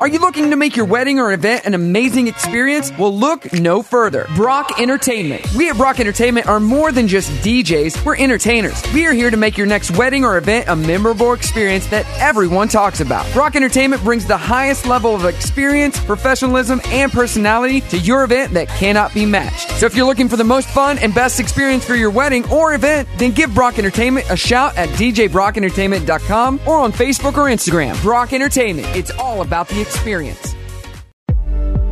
Are you looking to make your wedding or event an amazing experience? Well, look no further. Brock Entertainment. We at Brock Entertainment are more than just DJs, we're entertainers. We are here to make your next wedding or event a memorable experience that everyone talks about. Brock Entertainment brings the highest level of experience, professionalism, and personality to your event that cannot be matched. So if you're looking for the most fun and best experience for your wedding or event, then give Brock Entertainment a shout at djbrockentertainment.com or on Facebook or Instagram. Brock Entertainment. It's all about the experience.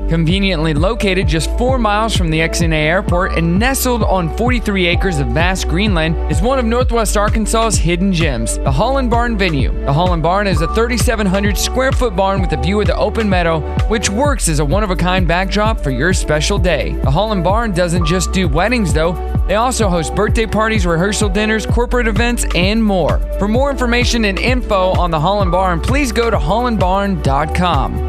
Conveniently located just four miles from the XNA airport and nestled on 43 acres of vast greenland, is one of Northwest Arkansas's hidden gems, the Holland Barn Venue. The Holland Barn is a 3,700 square foot barn with a view of the open meadow, which works as a one of a kind backdrop for your special day. The Holland Barn doesn't just do weddings, though, they also host birthday parties, rehearsal dinners, corporate events, and more. For more information and info on the Holland Barn, please go to hollandbarn.com.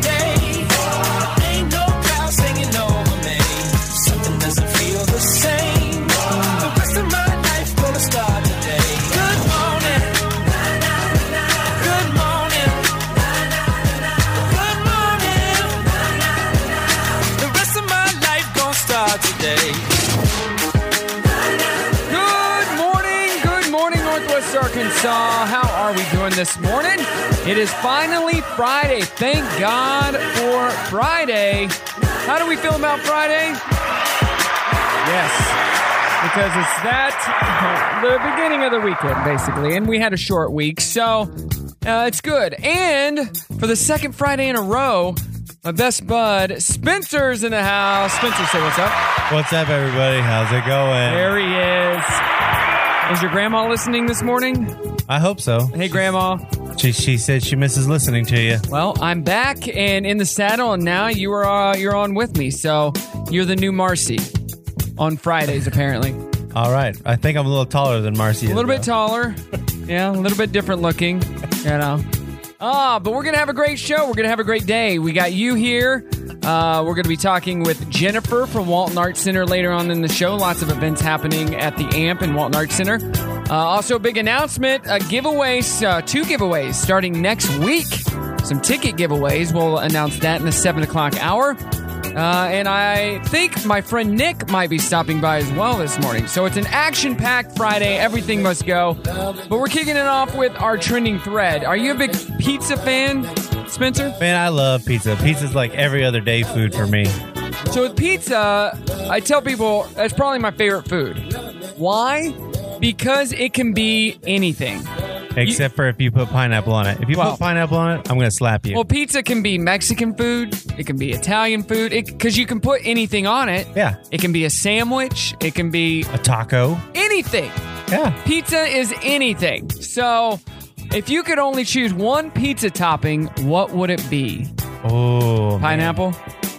day. Ain't no clouds hanging over me. Something doesn't feel the same. The rest of my life gonna start today. Good morning. Good morning. Good morning. The rest of my life gonna start today. Good morning, good morning, Northwest Arkansas. How are we doing this morning? It is finally Friday. Thank God for Friday. How do we feel about Friday? Yes, because it's that the beginning of the weekend, basically, and we had a short week, so uh, it's good. And for the second Friday in a row, my best bud Spencer's in the house. Spencer, say what's up. What's up, everybody? How's it going? There he is. Is your grandma listening this morning? I hope so. Hey, grandma. She, she said she misses listening to you. Well, I'm back and in the saddle, and now you are uh, you're on with me. So you're the new Marcy on Fridays, apparently. All right. I think I'm a little taller than Marcy. A little bit taller, yeah, a little bit different looking, you know. Ah, but we're gonna have a great show. We're gonna have a great day. We got you here. Uh, we're gonna be talking with Jennifer from Walton Arts Center later on in the show. Lots of events happening at the AMP and Walton Arts Center. Uh, also, a big announcement: a giveaways, uh, two giveaways starting next week. Some ticket giveaways. We'll announce that in the seven o'clock hour. Uh, and I think my friend Nick might be stopping by as well this morning. So it's an action packed Friday. Everything must go. But we're kicking it off with our trending thread. Are you a big pizza fan, Spencer? Man, I love pizza. Pizza's like every other day food for me. So with pizza, I tell people that's probably my favorite food. Why? Because it can be anything. Except for if you put pineapple on it. If you Well- put pineapple on it, I'm going to slap you. Well, pizza can be Mexican food. It can be Italian food. Because you can put anything on it. Yeah. It can be a sandwich. It can be a taco. anything. Yeah. Pizza is anything. So, if you could only choose one pizza topping, what would it be? Oh. man. Pineapple?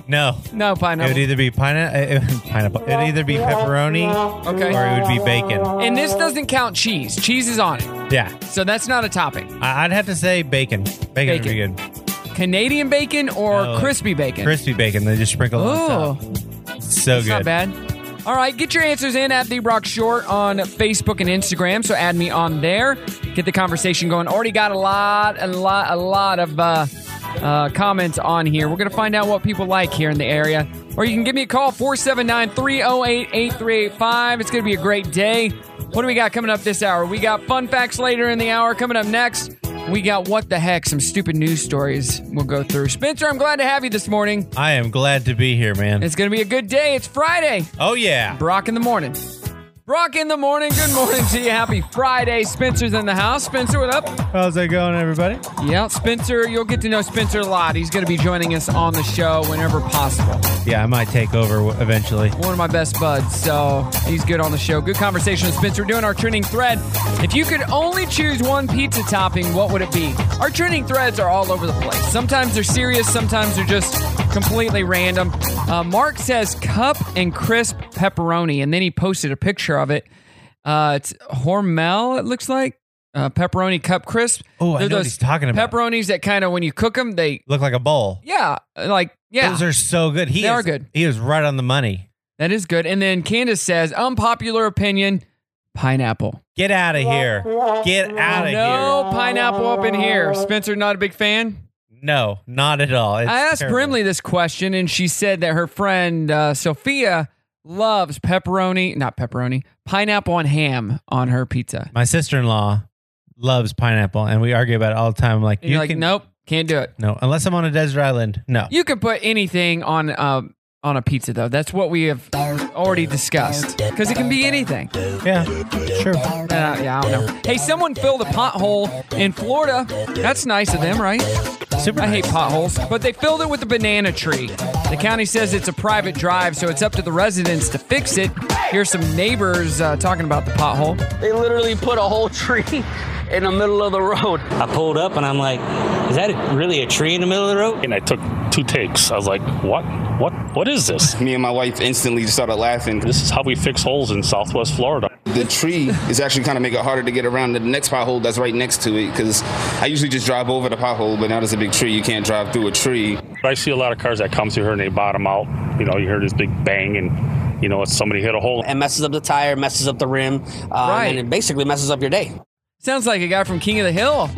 No. No It would pineapple. either be pineapple. pineapple. It would either be pepperoni or Okay. it would be bacon. And this doesn't count cheese. Cheese is on it. Yeah. So that's not a topping. I- I'd have to say bacon. Bacon, would be Bacon. good. Canadian bacon or No. crispy bacon? Crispy bacon. They just sprinkle Oh, on top. So It's good. not bad. All right, get your answers in at The Rock Short on Facebook and Instagram. So add me on there. Get the conversation going. Already got a lot, a lot, a lot of uh, uh, comments on here. We're going to find out what people like here in the area. Or you can give me a call, 479 308 8385. It's going to be a great day. What do we got coming up this hour? We got fun facts later in the hour. Coming up next, we got what the heck, some stupid news stories we'll go through. Spencer, I'm glad to have you this morning. I am glad to be here, man. It's going to be a good day. It's Friday. oh yeah. Brock in the morning. Brock in the morning. Good morning to you. Happy Friday. Spencer's in the house. Spencer, what up? How's it going, everybody? Yeah, Spencer. You'll get to know Spencer a lot. He's going to be joining us on the show whenever possible. Yeah, I might take over w- eventually. One of my best buds, so he's good on the show. Good conversation with Spencer. We're doing our trending thread. If you could only choose one pizza topping, what would it be? Our trending threads are all over the place. Sometimes they're serious, sometimes they're just completely random. Uh, Mark says cup and crisp pepperoni, and then he posted a picture of it. Uh, it's Hormel, it looks like. uh, pepperoni cup crisp. Oh, I They're know what those he's talking about. Pepperonis that kind of when you cook them, they Look like a bowl. yeah, like yeah, Those are so good. He They is, are good. He is right on the money. that is good. And then Candace says, unpopular opinion, pineapple. Get out of here. Get out of No pineapple up in here. Spencer, not a big fan. here. No, not at all. It's I asked terrible. Brimley this question, and she said that her friend uh, Sophia loves pepperoni, not pepperoni, pineapple and ham on her pizza. My sister in law loves pineapple, and we argue about it all the time. I'm like, And you're like, can, nope, can't do it. no, unless I'm on a desert island. No. You can put anything on uh, on a pizza, though. That's what we have already discussed because it can be anything. yeah, sure. Uh, yeah, I don't know. Hey, someone filled a pothole in Florida. That's nice of them, right? Super. I hate nice. potholes, but they filled it with a banana tree. The county says it's a private drive, so it's up to the residents to fix it. Here's some neighbors uh, talking about the pothole. They literally put a whole tree in the middle of the road. I pulled up and I'm like, is that really a tree in the middle of the road? And I took two takes. I was like, what? What? What is this? Me and my wife instantly started laughing. This is how we fix holes in Southwest Florida. The tree is actually kind of make it harder to get around the next pothole that's right next to it because I usually just drive over the pothole, but now there's a big tree. You can't drive through a tree. But I see a lot of cars that come through here and they bottom out. You know, you hear this big bang and, you know, it's somebody hit a hole. And messes up the tire, messes up the rim, um, Right. and it basically messes up your day. Sounds like a guy from King of the Hill.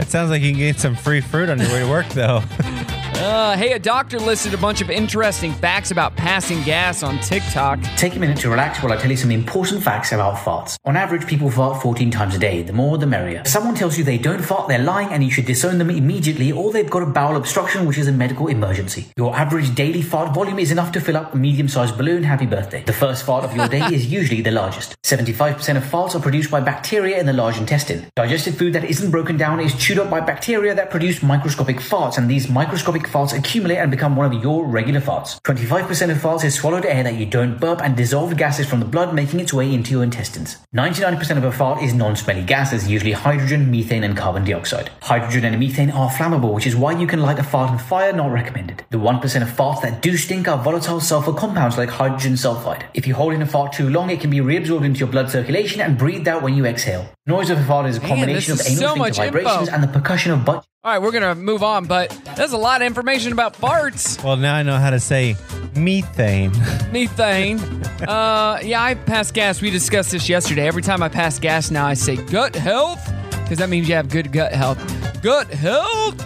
It sounds like you can get some free fruit on your way to work, though. Uh, hey, a doctor listed a bunch of interesting facts about passing gas on TikTok. Take a minute to relax while I tell you some important facts about farts. On average, people fart 14 times a day. The more, the merrier. If someone tells you they don't fart, they're lying and you should disown them immediately or they've got a bowel obstruction, which is a medical emergency. Your average daily fart volume is enough to fill up a medium sized balloon. Happy birthday. The first fart of your day is usually the largest. 75% of farts are produced by bacteria in the large intestine. Digested food that isn't broken down is chewed up by bacteria that produce microscopic farts, and these microscopic farts accumulate and become one of your regular farts. 25% of farts is swallowed air that you don't burp and dissolved gases from the blood making its way into your intestines. 99% of a fart is non smelly gases, usually hydrogen, methane, and carbon dioxide. Hydrogen and methane are flammable, which is why you can light a fart on fire, not recommended. The 1% of farts that do stink are volatile sulfur compounds like hydrogen sulfide. If you hold in a fart too long, it can be reabsorbed into your blood circulation and breathed out when you exhale. Noise of a fart is a Man, combination of this is anal so sphincter much info. vibrations and the percussion of butt All right, we're going to move on, but there's a lot of information about farts. well, now I know how to say methane. Methane. Uh, yeah, I pass gas. We discussed this yesterday. Every time I pass gas now, I say gut health because that means you have good gut health. Gut health.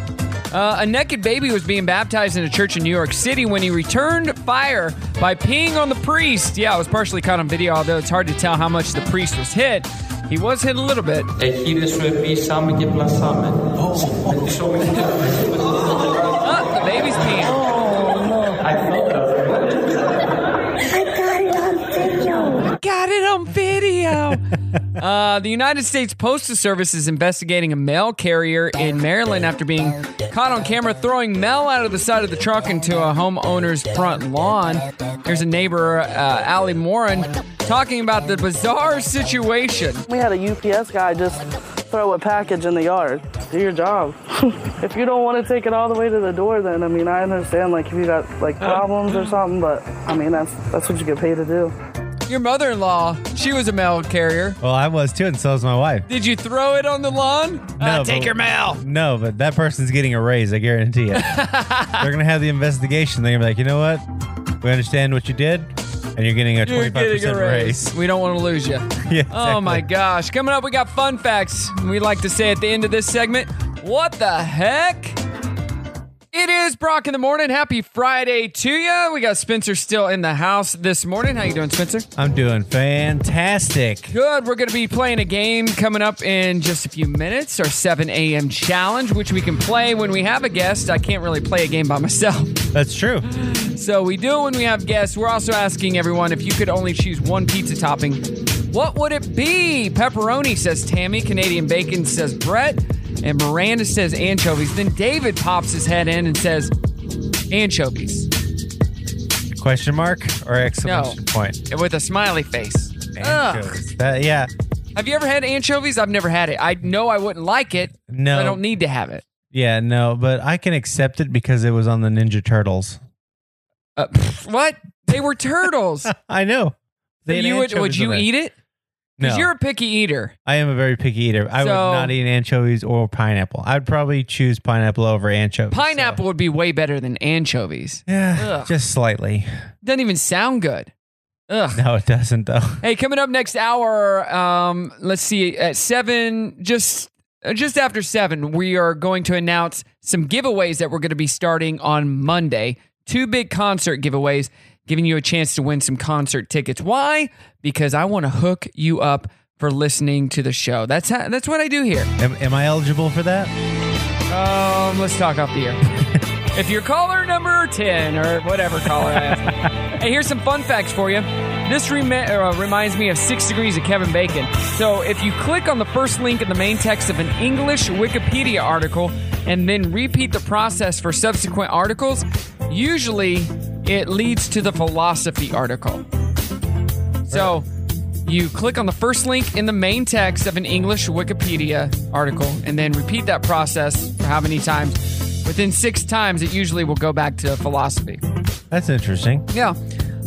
Uh, a naked baby was being baptized in a church in New York City when he returned fire by peeing on the priest. Yeah, it was partially caught on video, although it's hard to tell how much the priest was hit. He was hit a little bit. Oh, the baby's peeing. I got it on video. Got it on video. uh, the United States Postal Service is investigating a mail carrier in Maryland after being caught on camera throwing mail out of the side of the truck into a homeowner's front lawn. Here's a neighbor, uh, Allie Morin, talking about the bizarre situation. We had a UPS guy just throw a package in the yard. Do your job. if you don't want to take it all the way to the door, then I mean I understand like if you got like problems or something, but I mean that's that's what you get paid to do. Your mother-in-law, she was a mail carrier. well, I was too, and so is my wife. Did you throw it on the lawn? No, Uh, take but- your mail. No, but that person's getting a raise, I guarantee it. They're going to have the investigation. They're going to be like, you know what? We understand what you did, and you're getting a 25% raise. We don't want to lose you. Yeah, Oh my exactly. gosh. Coming up, we got fun facts. We like to say at the end of this segment, what the heck? It is Brock in the morning. Happy Friday to you. We got Spencer still in the house this morning. How you doing, Spencer? I'm doing fantastic. Good. We're going to be playing a game coming up in just a few minutes, our 7 a.m. challenge, which we can play when we have a guest. I can't really play a game by myself. That's true. So we do it when we have guests. We're also asking everyone if you could only choose one pizza topping, what would it be? Pepperoni says Tammy, Canadian bacon says Brett, and Miranda says anchovies. Then David pops his head in and says anchovies Question mark or exclamation point? with a smiley face. Ugh. Anchovies. That- yeah. Have you ever had anchovies? I've never had it. I know I wouldn't like it. No. I don't need to have it. Yeah, no, but I can accept it because it was on the Ninja Turtles. Uh, pff, what? They were turtles. I know. you would would you eat it? Because No. you're a picky eater. I am a very picky eater. So- I would not eat anchovies or pineapple. I'd probably choose pineapple over anchovies. Pineapple would be way better than anchovies. Yeah, Ugh. just slightly. Doesn't even sound good. Ugh. No, it doesn't though. Hey, coming up next hour, um, let's see, at seven, just uh, just after seven, we are going to announce some giveaways that we're going to be starting on Monday. Two big concert giveaways, giving you a chance to win some concert tickets. Why? Because I want to hook you up for listening to the show. That's how, that's what I do here. Am, am I eligible for that? Um, let's talk off the air. if you're caller number 10 or whatever caller I am. hey, here's some fun facts for you. This remi- uh, reminds me of Six Degrees of Kevin Bacon. So if you click on the first link in the main text of an English Wikipedia article and then repeat the process for subsequent articles, usually it leads to the philosophy article. So you click on the first link in the main text of an English Wikipedia article and then repeat that process for how many times? Within six times, it usually will go back to philosophy. That's interesting. Yeah.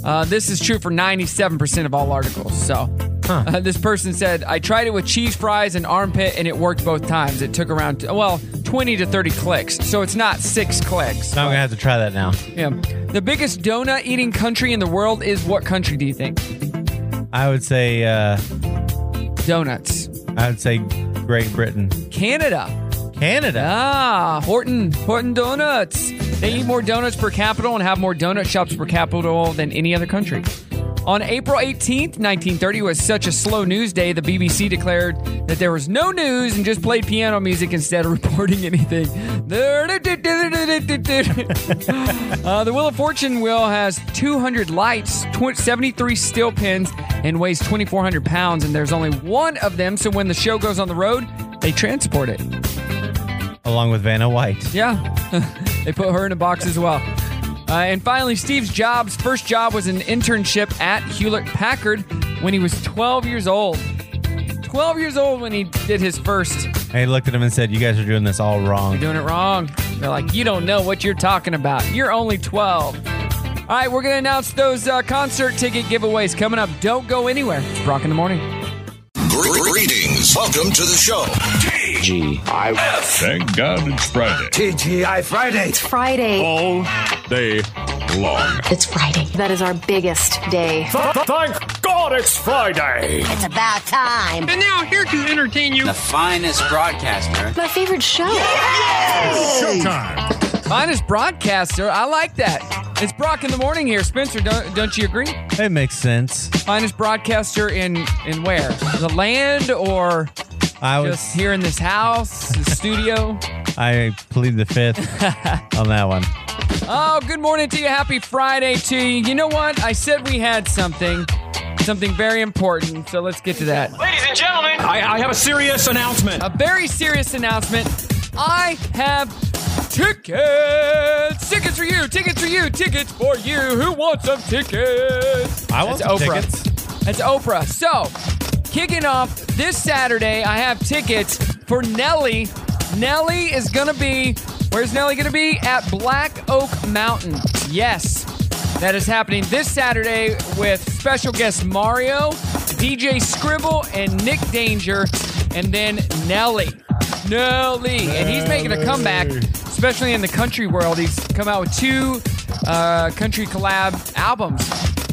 Uh, this is true for 97% of all articles. So uh, this person said, I tried it with cheese fries and armpit and it worked both times. It took around, well, 20 to 30 clicks. So it's not six clicks. So I'm gonna have to try that now. Yeah. The biggest donut eating country in the world is what country do you think? I would say uh, Donuts. I would say Great Britain, Canada. Canada. Ah, Horton, Horton Donuts. They eat more donuts per capita and have more donut shops per capita than any other country. On April 18th, 1930, was such a slow news day, the BBC declared that there was no news and just played piano music instead of reporting anything. Uh, the Wheel of Fortune wheel has 200 lights, tw- 73 steel pins, and weighs 2,400 pounds, and there's only one of them, so when the show goes on the road, they transport it. along with Vanna White. Yeah, they put her in a box as well. Uh, and finally, Steve's Jobs' first job was an internship at Hewlett Packard when he was 12 years old. 12 years old when he did his first. I looked at him and said, "You guys are doing this all You're wrong." doing it wrong. They're like, you don't know what you're talking about. You're only 12. All right, we're going to announce those uh, concert ticket giveaways coming up. Don't go anywhere. It's Brock in the morning. Greetings. Welcome to the show. G. Thank God it's Friday. TGI Friday. It's Friday. All day long. It's Friday. That is our biggest day. Thank God it's Friday. It's about time. And now, here to entertain you, the finest broadcaster. My favorite show. Showtime. Mine is broadcaster. I like that. It's Brock in the morning here. Spencer, don't, don't you agree? It makes sense. finest broadcaster in in where the land or I was just here in this house the studio I plead the fifth on that one. oh good morning to you happy friday to you you know what i said we had something something very important so let's get to that Ladies and gentlemen, I, I have a serious announcement. a very serious announcement i have tickets tickets for you tickets for you tickets for you who wants some tickets I want That's some Oprah. tickets. That's Oprah. So, kicking off this Saturday, I have tickets for Nelly. Nelly is going to be, where's Nelly going to be? At Black Oak Mountain. Yes, that is happening this Saturday with special guest Mario, DJ Scribble, and Nick Danger, and then Nelly. Nelly. And he's making a comeback, especially in the country world. He's come out with two uh, country collab albums.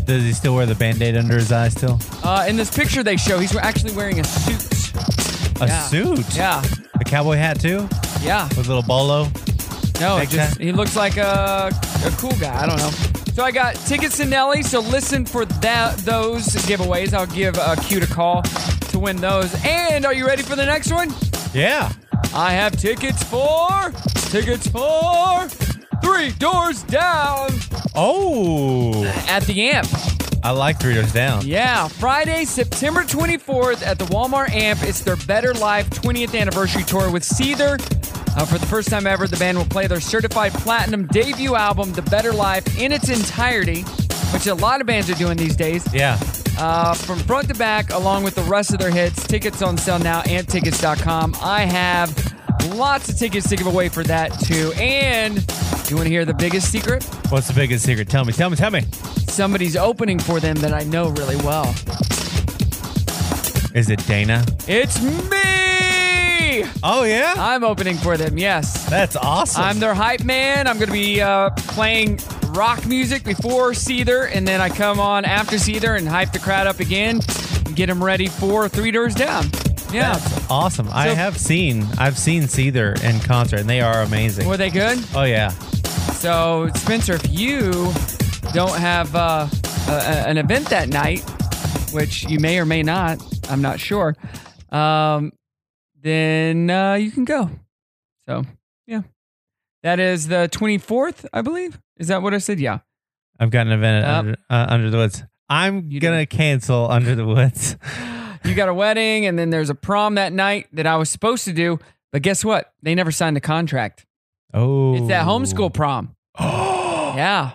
Does he still wear the band-aid under his eye still? Uh, in this picture they show, he's actually wearing a suit. A Yeah. suit. Yeah, A cowboy hat too? yeah. With a little No, bolo. it Necktie? just he looks like a, a cool guy. I don't know. So I got tickets to Nelly. So listen for that those giveaways. I'll give uh, Q to call to win those. And are you ready for the next one? Yeah. I have tickets for tickets for Three Doors Down Oh. at the Amp. I like Three Doors Down. Yeah, Friday, September 24th at the Walmart Amp. It's their Better Life 20th anniversary tour with Seether. Uh, for the first time ever, the band will play their certified platinum debut album, The Better Life, in its entirety, which a lot of bands are doing these days, Yeah. uh, from front to back, along with the rest of their hits. Tickets on sale now, amptickets.com. I have lots of tickets to give away for that, too. And you want to hear the biggest secret? What's the biggest secret? Tell me, tell me, tell me. Somebody's opening for them that I know really well. Is it Dana? It's me! Oh, yeah? I'm opening for them, yes. That's awesome. I'm their hype man. I'm going to be uh, playing rock music before Seether, and then I come on after Seether and hype the crowd up again and get them ready for Three Doors Down. Yeah. That's awesome. I So- have seen I've seen Seether in concert and they are amazing. Were they good? Oh yeah. So, Spencer, if you don't have uh, a, a- an event that night, which you may or may not, I'm not sure, um, then uh, you can go. So, yeah. That is the 24th, I believe. Is that what I said? Yeah. I've got an event at Yep. under, uh, under the woods. I'm gonna cancel Under the Woods. You got a wedding, and then there's a prom that night that I was supposed to do. But guess what? They never signed the contract. Oh, It's that homeschool prom. yeah.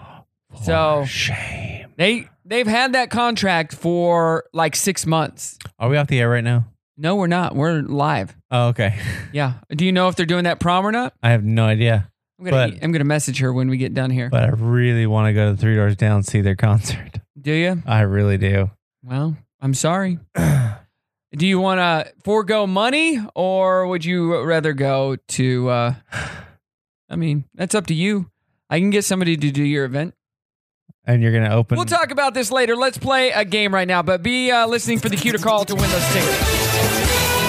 So shame. They they've had that contract for like six months. Are we off the air right now? No, we're not. We're live. Oh, okay. Yeah. Do you know if they're doing that prom or not? I have no idea. I'm gonna e, but I'm gonna message her when we get done here. but I really want to go to the Three Doors Down and see their concert. Do you? I really do. Well, I'm sorry. Do you want to forego money, or would you rather go to? Uh, I mean, that's up to you. I can get somebody to do your event. And you're gonna open. We'll talk about this later. Let's play a game right now, but be uh, listening for the cue to call to win those tickets.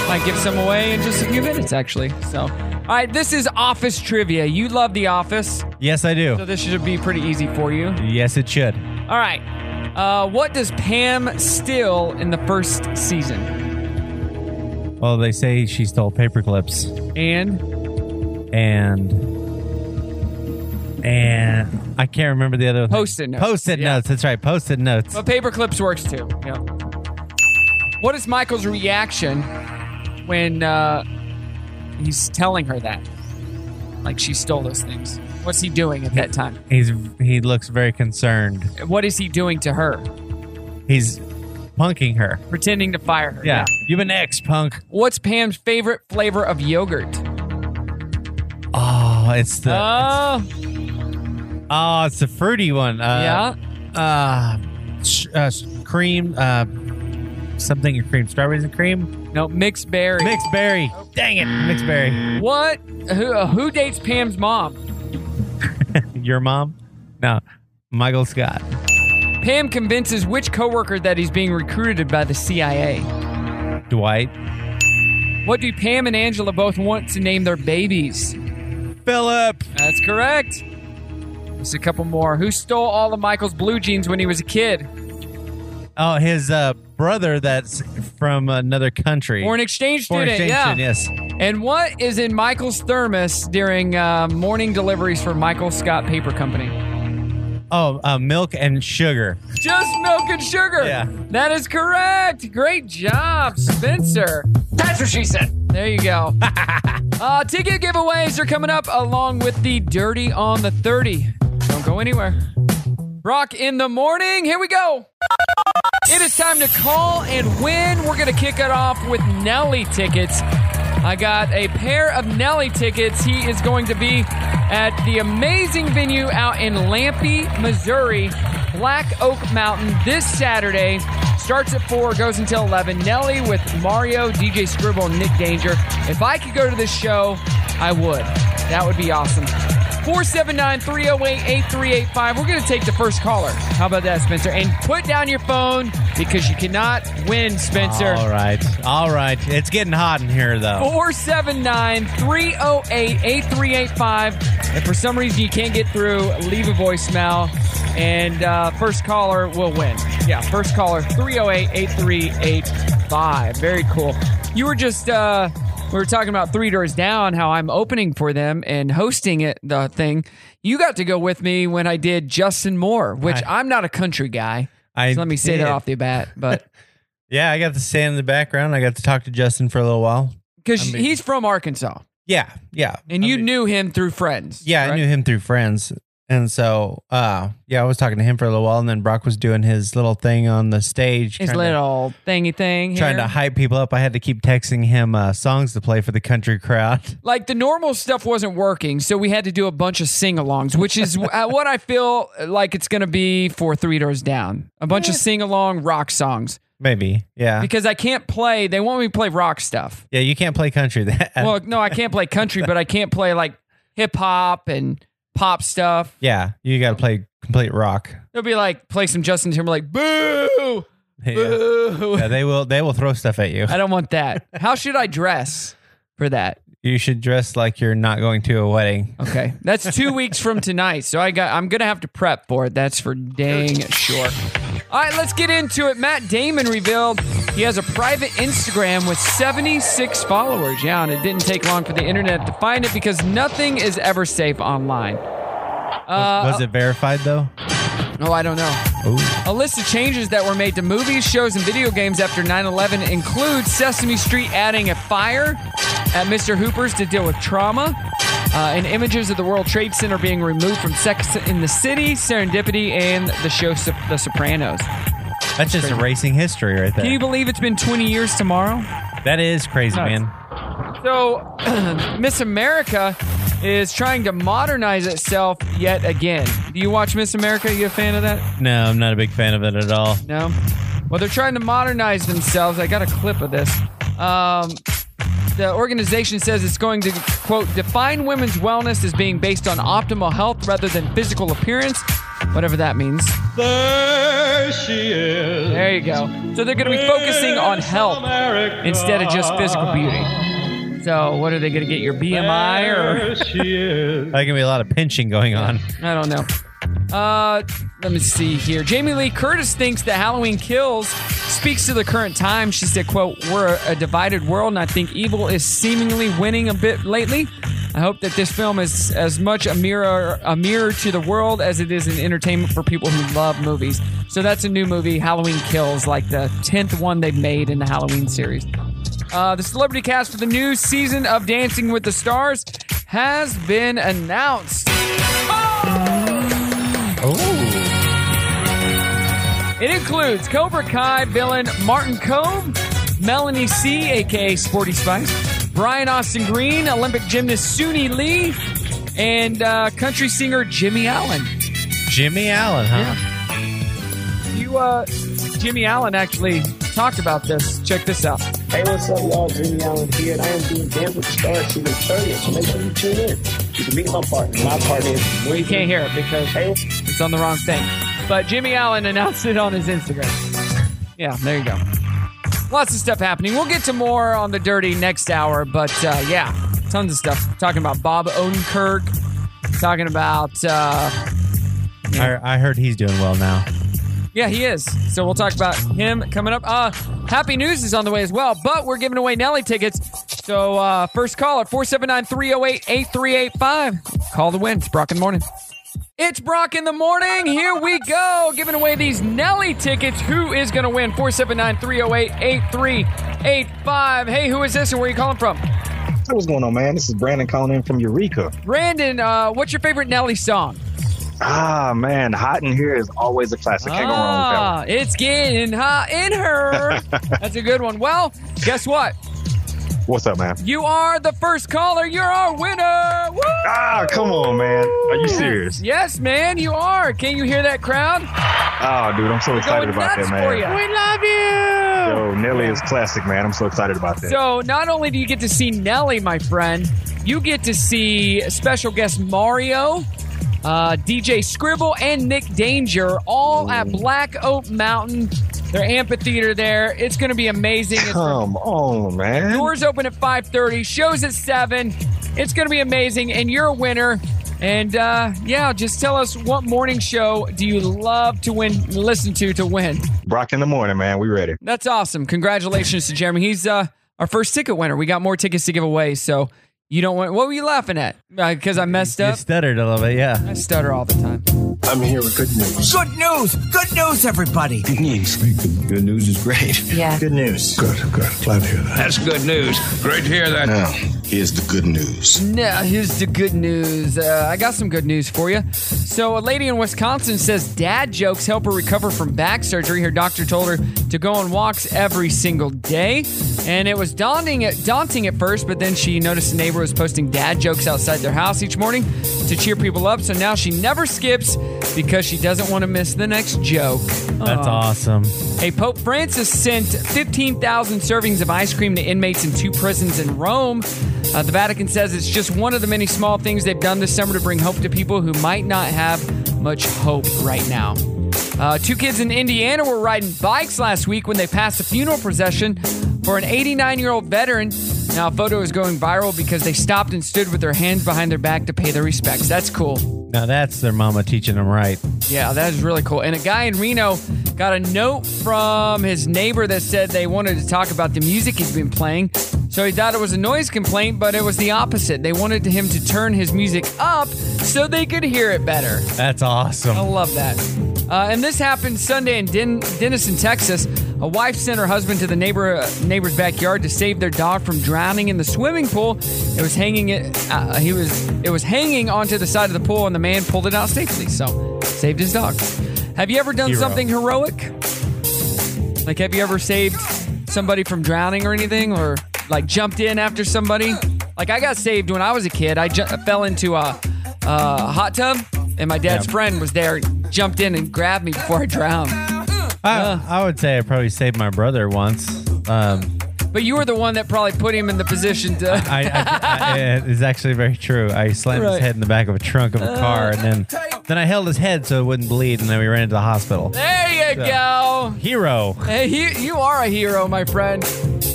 Might give some away in just a few minutes, actually. So, all right, this is office trivia. You love The Office, yes, I do. so this should be pretty easy for you. yes, it should. All right, uh, what does Pam steal in the first season? Well, they say she stole paper clips And and and I can't remember the other Post-it notes. Post-it Yeah. notes. That's right. Post-it notes. but paper clips works too. Yeah. What is Michael's reaction when uh, he's telling her that, like she stole those things? What's he doing at that time? He's he looks very concerned. what is he doing to her? He's punking her. Pretending to fire her. Yeah. You've been ex punk. What's Pam's favorite flavor of yogurt? Oh, it's the Oh, oh, it's the fruity one. Uh, yeah. Uh, sh- uh sh- cream. Uh, something and cream. Strawberries and cream. no, mixed berry. Mixed berry. Dang it, mixed berry. What? Who, uh, who dates Pam's mom? Your mom? No, Michael Scott. Pam convinces which coworker that he's being recruited by the CIA? Dwight. What do Pam and Angela both want to name their babies? Philip. That's correct. Just a couple more. Who stole all of Michael's blue jeans when he was a kid? Oh, his uh brother. That's from another country. Foreign exchange Foreign student. exchange yeah. student, Yes. And what is in Michael's thermos during uh, morning deliveries for Michael Scott Paper Company? Oh, uh, milk and sugar. Just milk and sugar. Yeah. That is correct. Great job, Spencer. That's what she said. There you go. uh, ticket giveaways are coming up along with the Dirty on the 30. Don't go anywhere. Brock in the morning. Here we go. It is time to call and win. We're going to kick it off with Nelly tickets. I got a pair of Nelly tickets. He is going to be at the amazing venue out in Lampe, Missouri, Black Oak Mountain this Saturday. Starts at 4, goes until 11. Nelly with Mario, DJ Scribble, and Nick Danger. If I could go to this show, I would. That would be awesome. 479 308 8385. We're going to take the first caller. How about that, Spencer? And put down your phone because you cannot win, Spencer. All right. All right. It's getting hot in here, though. 479 308 8385. If for some reason you can't get through, leave a voicemail and uh, first caller will win. Yeah, first caller 308 8385. Very cool. You were just, uh, we were talking about Three Doors Down, how I'm opening for them and hosting it, the thing. You got to go with me when I did Justin Moore, which I- I'm not a country guy. I so let me say that did. off the bat, but Yeah, I got to stand in the background. I got to talk to Justin for a little while. because I mean- he's from Arkansas. Yeah, yeah, And you knew him through friends. yeah. I right? knew him through friends, and so uh, yeah, I was talking to him for a little while, and then Brock was doing his little thing on the stage, his trying little thingy thing. to, trying here. to hype people up. I had to keep texting him uh, songs to play for the country crowd. like the normal stuff wasn't working, so we had to do a bunch of sing-alongs, which is uh, what I feel like it's going to be for Three Doors Down. A bunch of sing-along rock songs. Maybe. Yeah. because I can't play. They want me to play rock stuff. Yeah, you can't play country. That uh, Well, no, I can't play country, but I can't play like hip hop and pop stuff. yeah, you got to play complete rock. They'll be like, play some Justin Timberlake. Boo! Yeah. Boo! Yeah, they will. They will throw stuff at you. I don't want that. How should I dress for that? You should dress like you're not going to a wedding. Okay, that's two weeks from tonight, so I got. I'm gonna have to prep for it. That's for dang sure. All right, let's get into it. Matt Damon revealed he has a private Instagram with 76 followers. Yeah, and it didn't take long for the internet to find it because nothing is ever safe online. Uh, Was it verified though? Oh, I don't know. Oh, A list of changes that were made to movies, shows, and video games after 9 11 includes Sesame Street adding a fire at Mr. Hooper's to deal with trauma, uh, and images of the World Trade Center being removed from Sex in the City, Serendipity, and the show Sop- The Sopranos. that's just erasing history right Can there. you believe it's been 20 years tomorrow? that is crazy, Nuts. man. So, Miss America is trying to modernize itself yet again. Do you watch Miss America? You a fan of that? No, I'm not a big fan of it at all. No. Well, they're trying to modernize themselves. I got a clip of this. Um, the organization says it's going to, quote, define women's wellness as being based on optimal health rather than physical appearance, whatever that means. There she is. There you go. So they're going to be focusing on health instead of just physical beauty. So, what are they going to get your BMI or? That can be a lot of pinching going on. I don't know. Uh, let me see here. Jamie Lee Curtis thinks that Halloween Kills speaks to the current time. She said, "quote We're a divided world, and I think evil is seemingly winning a bit lately. I hope that this film is as much a mirror a mirror to the world as it is an entertainment for people who love movies." So that's a new movie, Halloween Kills, like the tenth one they've made in the Halloween series. Uh, the celebrity cast for the new season of Dancing with the Stars has been announced. Oh, It includes Cobra Kai villain Martin Cove, Melanie C, aka Sporty Spice, Brian Austin Green, Olympic gymnast Suni Lee, and uh, country singer Jimmy Allen. Jimmy Allen, huh? You, uh, Jimmy Allen actually talked about this. Check this out. Hey, what's up, y'all? Jimmy Allen here, and I am doing Dance with the Stars season 30, so make sure you tune in. You can meet my partner. My partner is... Well, you can't hear it because it's on the wrong thing. But Jimmy Allen announced it on his Instagram. Yeah, there you go. Lots of stuff happening. We'll get to more on the dirty next hour, but uh, yeah, tons of stuff. Talking about Bob Odenkirk, talking about, uh, I, I heard he's doing well now. yeah, he is. So we'll talk about him coming up. Uh, happy news is on the way as well, but we're giving away Nelly tickets. So uh, first call at 479 308 8385. Call the win. It's Brock in the morning. It's Brock in the morning. Here we go. Giving away these Nelly tickets. Who is going to win? 479 308 8385. Hey, who is this and where are you calling from? What's going on, man? This is Brandon calling in from Eureka. Brandon, uh, what's your favorite Nelly song? Ah, man, hot in here is always a classic. Can't go wrong with that one. Ah, it's getting hot in her. That's a good one. Well, guess what? What's up, man? You are the first caller. You're our winner. Woo! Ah, come on, man. Are you serious? Yes, man, you are. Can you hear that crowd? Oh, dude, I'm so excited about that, man. We love you. Oh, Yo, Nelly is classic, man. I'm so excited about that. So not only do you get to see Nelly, my friend, you get to see special guest Mario, uh, DJ Scribble, and Nick Danger all at Black Oak Mountain, their amphitheater there. It's going to be amazing. It's come on, man. Doors open at 5:30, shows at 7. It's going to be amazing and you're a winner. And uh, yeah, just tell us what morning show do you love to win listen to to win. Brock in the morning, man. We ready. That's awesome. Congratulations to Jeremy. He's uh, our first ticket winner. We got more tickets to give away, so you don't want What were you laughing at? Because I messed You up. stuttered a little bit, yeah. I stutter all the time. I'm here with good news. Good news. Good news, everybody. Good news. Good, good news is great. Yeah. Good news. Good, good. Glad to hear that. That's good news. Great to hear that. Now, here's the good news. Now, here's the good news. Uh, I got some good news for you. So, a lady in Wisconsin says dad jokes help her recover from back surgery. Her doctor told her to go on walks every single day. And it was daunting at, daunting at first, but then she noticed a neighbor was posting dad jokes outside their house each morning to cheer people up. So now she never skips because she doesn't want to miss the next joke. That's Aw. awesome. Hey, Pope Francis sent 15,000 servings of ice cream to inmates in two prisons in Rome. Uh, the Vatican says it's just one of the many small things they've done this summer to bring hope to people who might not have much hope right now. Uh, two kids in Indiana were riding bikes last week when they passed a funeral procession for an 89 year old veteran. Now, a photo is going viral because they stopped and stood with their hands behind their back to pay their respects. That's cool. Now that's their mama teaching them right. Yeah, that is really cool. And a guy in Reno got a note from his neighbor that said they wanted to talk about the music he's been playing. So he thought it was a noise complaint, but it was the opposite. They wanted him to turn his music up so they could hear it better. That's awesome. I love that. Uh, and this happened Sunday in Den- Denison, Texas. A wife sent her husband to the neighbor uh, neighbor's backyard to save their dog from drowning in the swimming pool. It was hanging it uh, he was it was hanging onto the side of the pool, and the man pulled it out safely. So saved his dog. Have you ever done Hero. something heroic? Like, have you ever saved somebody from drowning or anything, or like jumped in after somebody? Like, I got saved when I was a kid. I, ju- I fell into a, a hot tub, and my dad's Yeah. friend was there, jumped in and grabbed me before I drowned. I, I would say I probably saved my brother once. Um, But you were the one that probably put him in the position to. I, I, I, it is actually very true. I slammed Right. his head in the back of a trunk of a car, and then then I held his head so it wouldn't bleed, and then we ran into the hospital. there you go. Hero. Hey, you, you are a hero, my friend.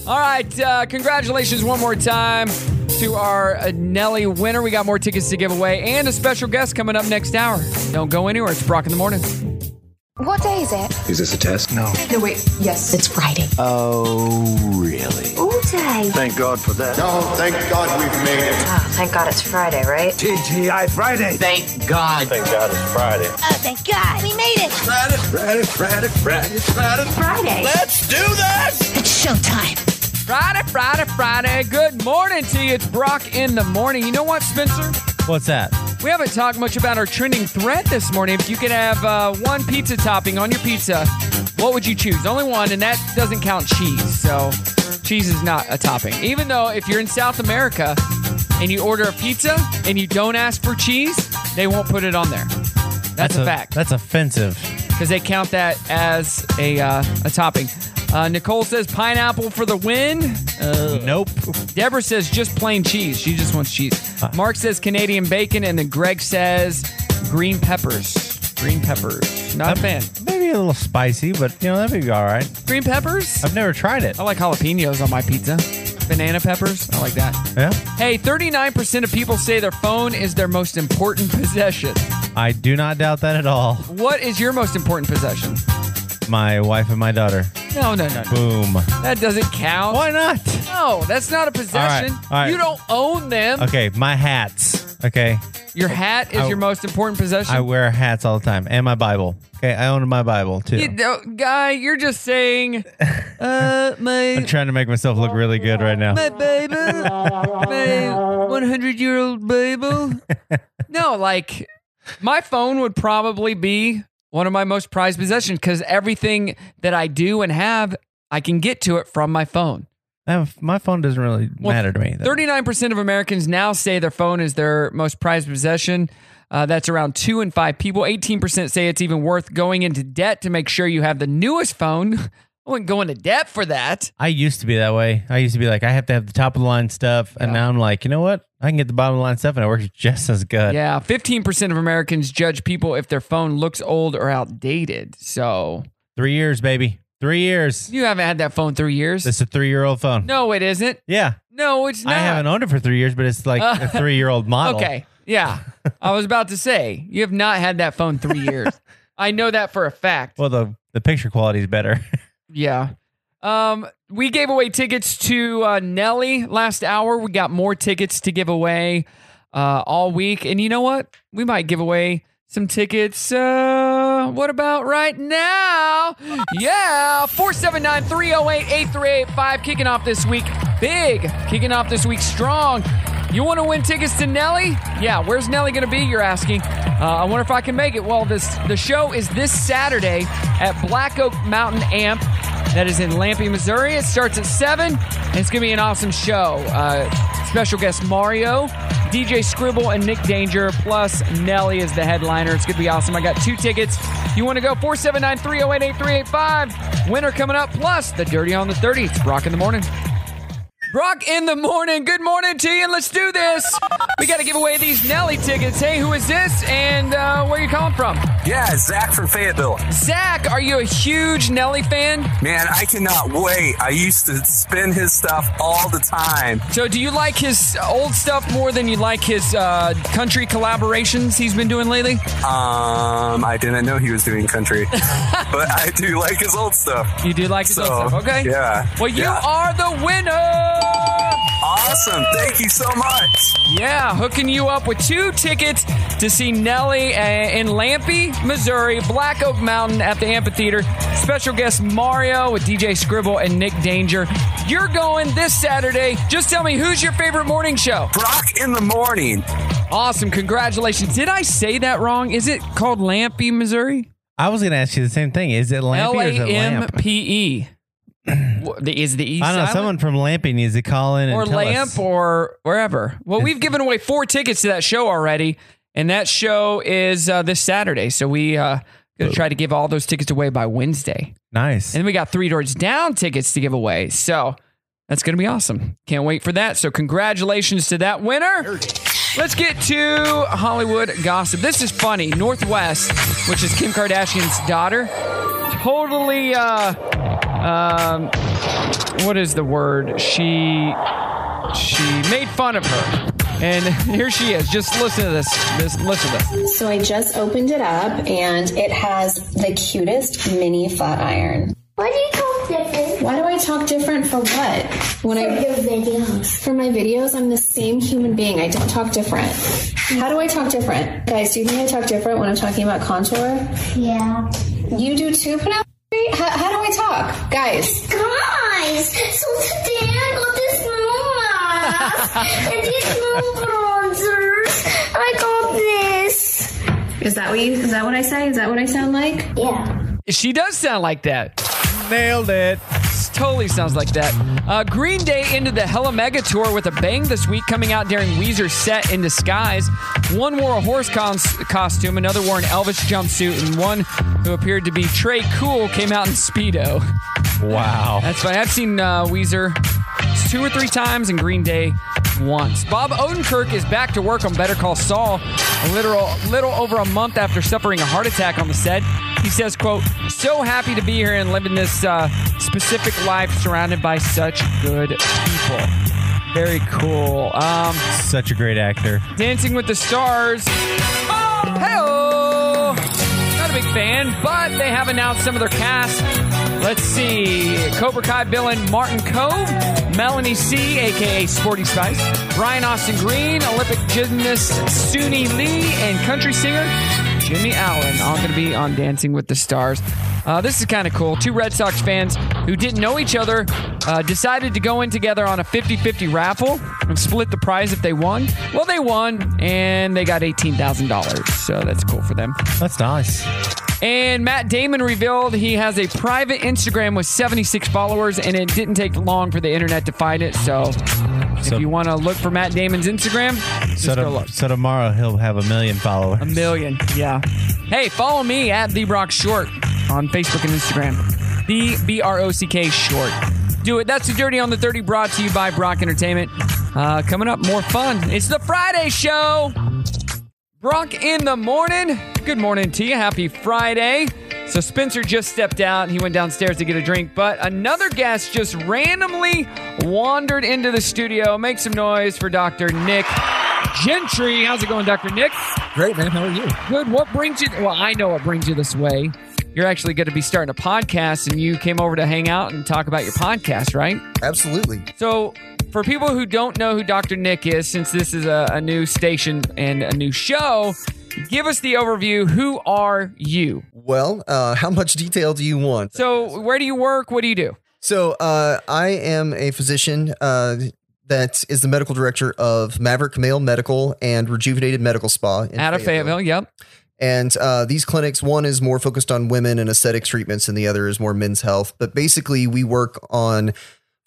All right, uh, congratulations one more time to our uh, Nelly winner. We got more tickets to give away and a special guest coming up next hour. Don't go anywhere. It's Brock in the morning. What day is it? Is this a test? No. No, wait. Yes, it's Friday. Oh, really? All day. Thank God for that. No, thank God we've made it. Oh, thank God it's Friday, right? TGI Friday. Thank God. Thank God it's Friday. Oh, thank God. We made it. Friday, Friday, Friday, Friday, Friday. Friday. Let's do this! It's showtime. Friday, Friday, Friday. Good morning to you. It's Brock in the morning. You know what, Spencer? What's that? We haven't talked much about our trending thread this morning. If you could have uh, one pizza topping on your pizza, what would you choose? Only one, and that doesn't count cheese. So cheese is not a topping. Even though if you're in South America and you order a pizza and you don't ask for cheese, they won't put it on there. That's, a fact That's offensive. because they count that as a uh, a topping. Uh, Nicole says pineapple for the win. Uh, nope. Deborah says just plain cheese. She just wants cheese. Mark says Canadian bacon, and then Greg says green peppers. Green peppers. Not a fan. Maybe a little spicy, but you know that would be all right. Green peppers. I've never tried it. I like jalapenos on my pizza. Banana peppers. I like that. Yeah. Hey, 39% of people say their phone is their most important possession. I do not doubt that at all. What is your most important possession? My wife and my daughter. No, no, no. no. Boom. That doesn't count. Why not? No, that's not a possession. All right, all right. You don't own them. Okay, my hats. Okay. Your hat is I- your most important possession. I wear hats all the time and my Bible. Okay, I own my Bible too. You don't- guy, you're just saying, uh, I'm my trying to make myself look really good right now. my Bible, my 100 year old Bible. no, like my phone would probably be one of my most prized possessions because everything that I do and have, I can get to it from my phone. Uh, My phone doesn't really Well, matter to me. though. 39% of Americans now say their phone is their most prized possession. Uh, that's around two in five people. 18% say it's even worth going into debt to make sure you have the newest phone. I wouldn't go into debt for that. I used to be that way. I used to be like, I have to have the top of the line stuff, and now I'm like, you know what? I can get the bottom of the line stuff, and it works just as good. Yeah, 15% of Americans judge people if their phone looks old or outdated. So Three years, baby. Three years. you haven't had that phone three years. It's a three year old phone. No, it isn't. Yeah. No, it's not. I haven't owned it for three years, but it's like Uh, a three year old model. Okay. Yeah. I was about to say, you have not had that phone three years. I know that for a fact. Well, the, the picture quality is better. Yeah. Um, we gave away tickets to uh, Nelly last hour. We got more tickets to give away uh, all week. And you know what? We might give away some tickets. Uh, what about right now? Yeah. 479 308 8385. Kicking off this week big. Kicking off this week strong. You want to win tickets to Nelly? Yeah, where's Nelly going to be? You're asking. Uh, I wonder if I can make it. Well, this the show is this Saturday at Black Oak Mountain Amp. That is in Lampe, Missouri. It starts at seven. And it's going to be an awesome show. Uh, special guest Mario DJ Scribble and Nick Danger, plus Nelly is the headliner. It's going to be awesome. I got two tickets. You want to go 479 308 8385. Winner coming up, plus the Dirty on the 30. It's Brock in the morning. Brock in the morning. Good morning to you, and let's do this. We got to give away these Nelly tickets. Hey, who is this, and uh, where are you calling from? Yeah, Zach from Fayetteville. Zach, are you a huge Nelly fan? Man, I cannot wait. I used to spin his stuff all the time. So, do you like his old stuff more than you like his uh, country collaborations he's been doing lately? Um, I didn't know he was doing country, but I do like his old stuff. You do like his old stuff, okay? Yeah. Well, you Yeah. are the winner. Awesome. Thank you so much. Yeah, hooking you up with two tickets to see Nelly uh, in Lampe, Missouri, Black Oak Mountain at the amphitheater. Special guest Mario with DJ Scribble and Nick Danger. You're going this Saturday. Just tell me who's your favorite morning show? Brock in the morning. Awesome. Congratulations. Did I say that wrong? Is it called Lampe, Missouri? I was going to ask you the same thing. Is it Lampy L or A is it M Lamp? P E. Is the East I don't know. Island? Someone from Lampy needs to call in and or tell lamp us. or wherever. Well, we've given away four tickets to that show already, and that show is uh, this Saturday. So we uh, gonna try to give all those tickets away by Wednesday. Nice. And then we got three doors down tickets to give away. So that's gonna be awesome. Can't wait for that. So congratulations to that winner. Let's get to Hollywood gossip. This is funny. Northwest, which is Kim Kardashian's daughter, totally. Uh, um, what is the word? She she made fun of her, and here she is. Just listen to this. This listen to this. So I just opened it up and it has the cutest mini flat iron. Why do you talk different? Why do I talk different for what? When I your videos. for my videos, I'm the same human being. I don't talk different. How do I talk different? Guys, do you think I talk different when I'm talking about contour? Yeah. You do too, Penelope? How, how do I talk? Guys. Guys, so today I got this new mask and these new bronzers. I got this. Is that what you is that what I say? Is that what I sound like? Yeah. She does sound like that. Nailed it. Totally sounds like that. Uh, Green Day into the Hella Mega Tour with a bang this week, coming out during Weezer's set in disguise. One wore a horse cons- costume, another wore an Elvis jumpsuit, and one who appeared to be Trey Cool came out in Speedo. Wow. That's funny. I've seen uh, Weezer two or three times and Green Day once. Bob Odenkirk is back to work on Better Call Saul, a literal little over a month after suffering a heart attack on the set. He says, "quote So happy to be here and living this uh, specific life, surrounded by such good people. Very cool. Um, Such a great actor. Dancing with the Stars. Oh, hell! Not a big fan, but they have announced some of their cast. Let's see. Cobra Kai villain Martin Cove, Melanie C, aka Sporty Spice, Brian Austin Green, Olympic gymnast Suni Lee, and country singer Jimmy Allen, all going to be on Dancing with the Stars. Uh, this is kind of cool. Two Red Sox fans who didn't know each other uh, decided to go in together on a 50 50 raffle and split the prize if they won. Well, they won and they got $18,000. So that's cool for them. That's nice. And Matt Damon revealed he has a private Instagram with 76 followers, and it didn't take long for the internet to find it. So, So- if you want to look for Matt Damon's Instagram, just So, go to- look. Um, so tomorrow he'll have a million followers. A million, yeah. Hey, follow me at the Brock Short on Facebook and Instagram. The B R O C K Short. Do it. That's the Dirty on the 30 brought to you by Brock Entertainment. Uh, coming up, more fun. It's the Friday show. Brock in the morning. Good morning to you. Happy Friday. So Spencer just stepped out. He went downstairs to get a drink, but another guest just randomly wandered into the studio. Make some noise for Dr. Nick Gentry. How's it going, Dr. Nick? Great, man. How are you? Good. What brings you? Well, I know what brings you this way. You're actually going to be starting a podcast, and you came over to hang out and talk about your podcast, right? Absolutely. So, for people who don't know who Dr. Nick is, since this is a, a new station and a new show, give us the overview. Who are you? Well, uh, how much detail do you want? So, where do you work? What do you do? So, uh, I am a physician uh, that is the medical director of Maverick Male Medical and Rejuvenated Medical Spa. in Out of Fayetteville. Yep. And uh, these clinics, one is more focused on women and aesthetic treatments, and the other is more men's health. But basically, we work on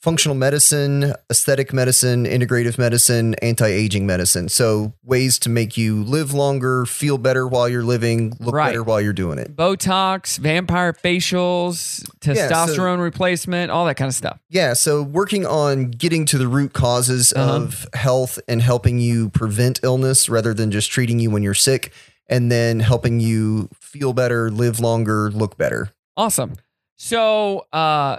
functional medicine, aesthetic medicine, integrative medicine, anti aging medicine. So, ways to make you live longer, feel better while you're living, look Right. better while you're doing it. Botox, vampire facials, Yeah, so- testosterone replacement, all that kind of stuff. Yeah, so working on getting to the root causes Uh-huh. of health and helping you prevent illness rather than just treating you when you're sick and then helping you feel better, live longer, look better. Awesome. So, uh,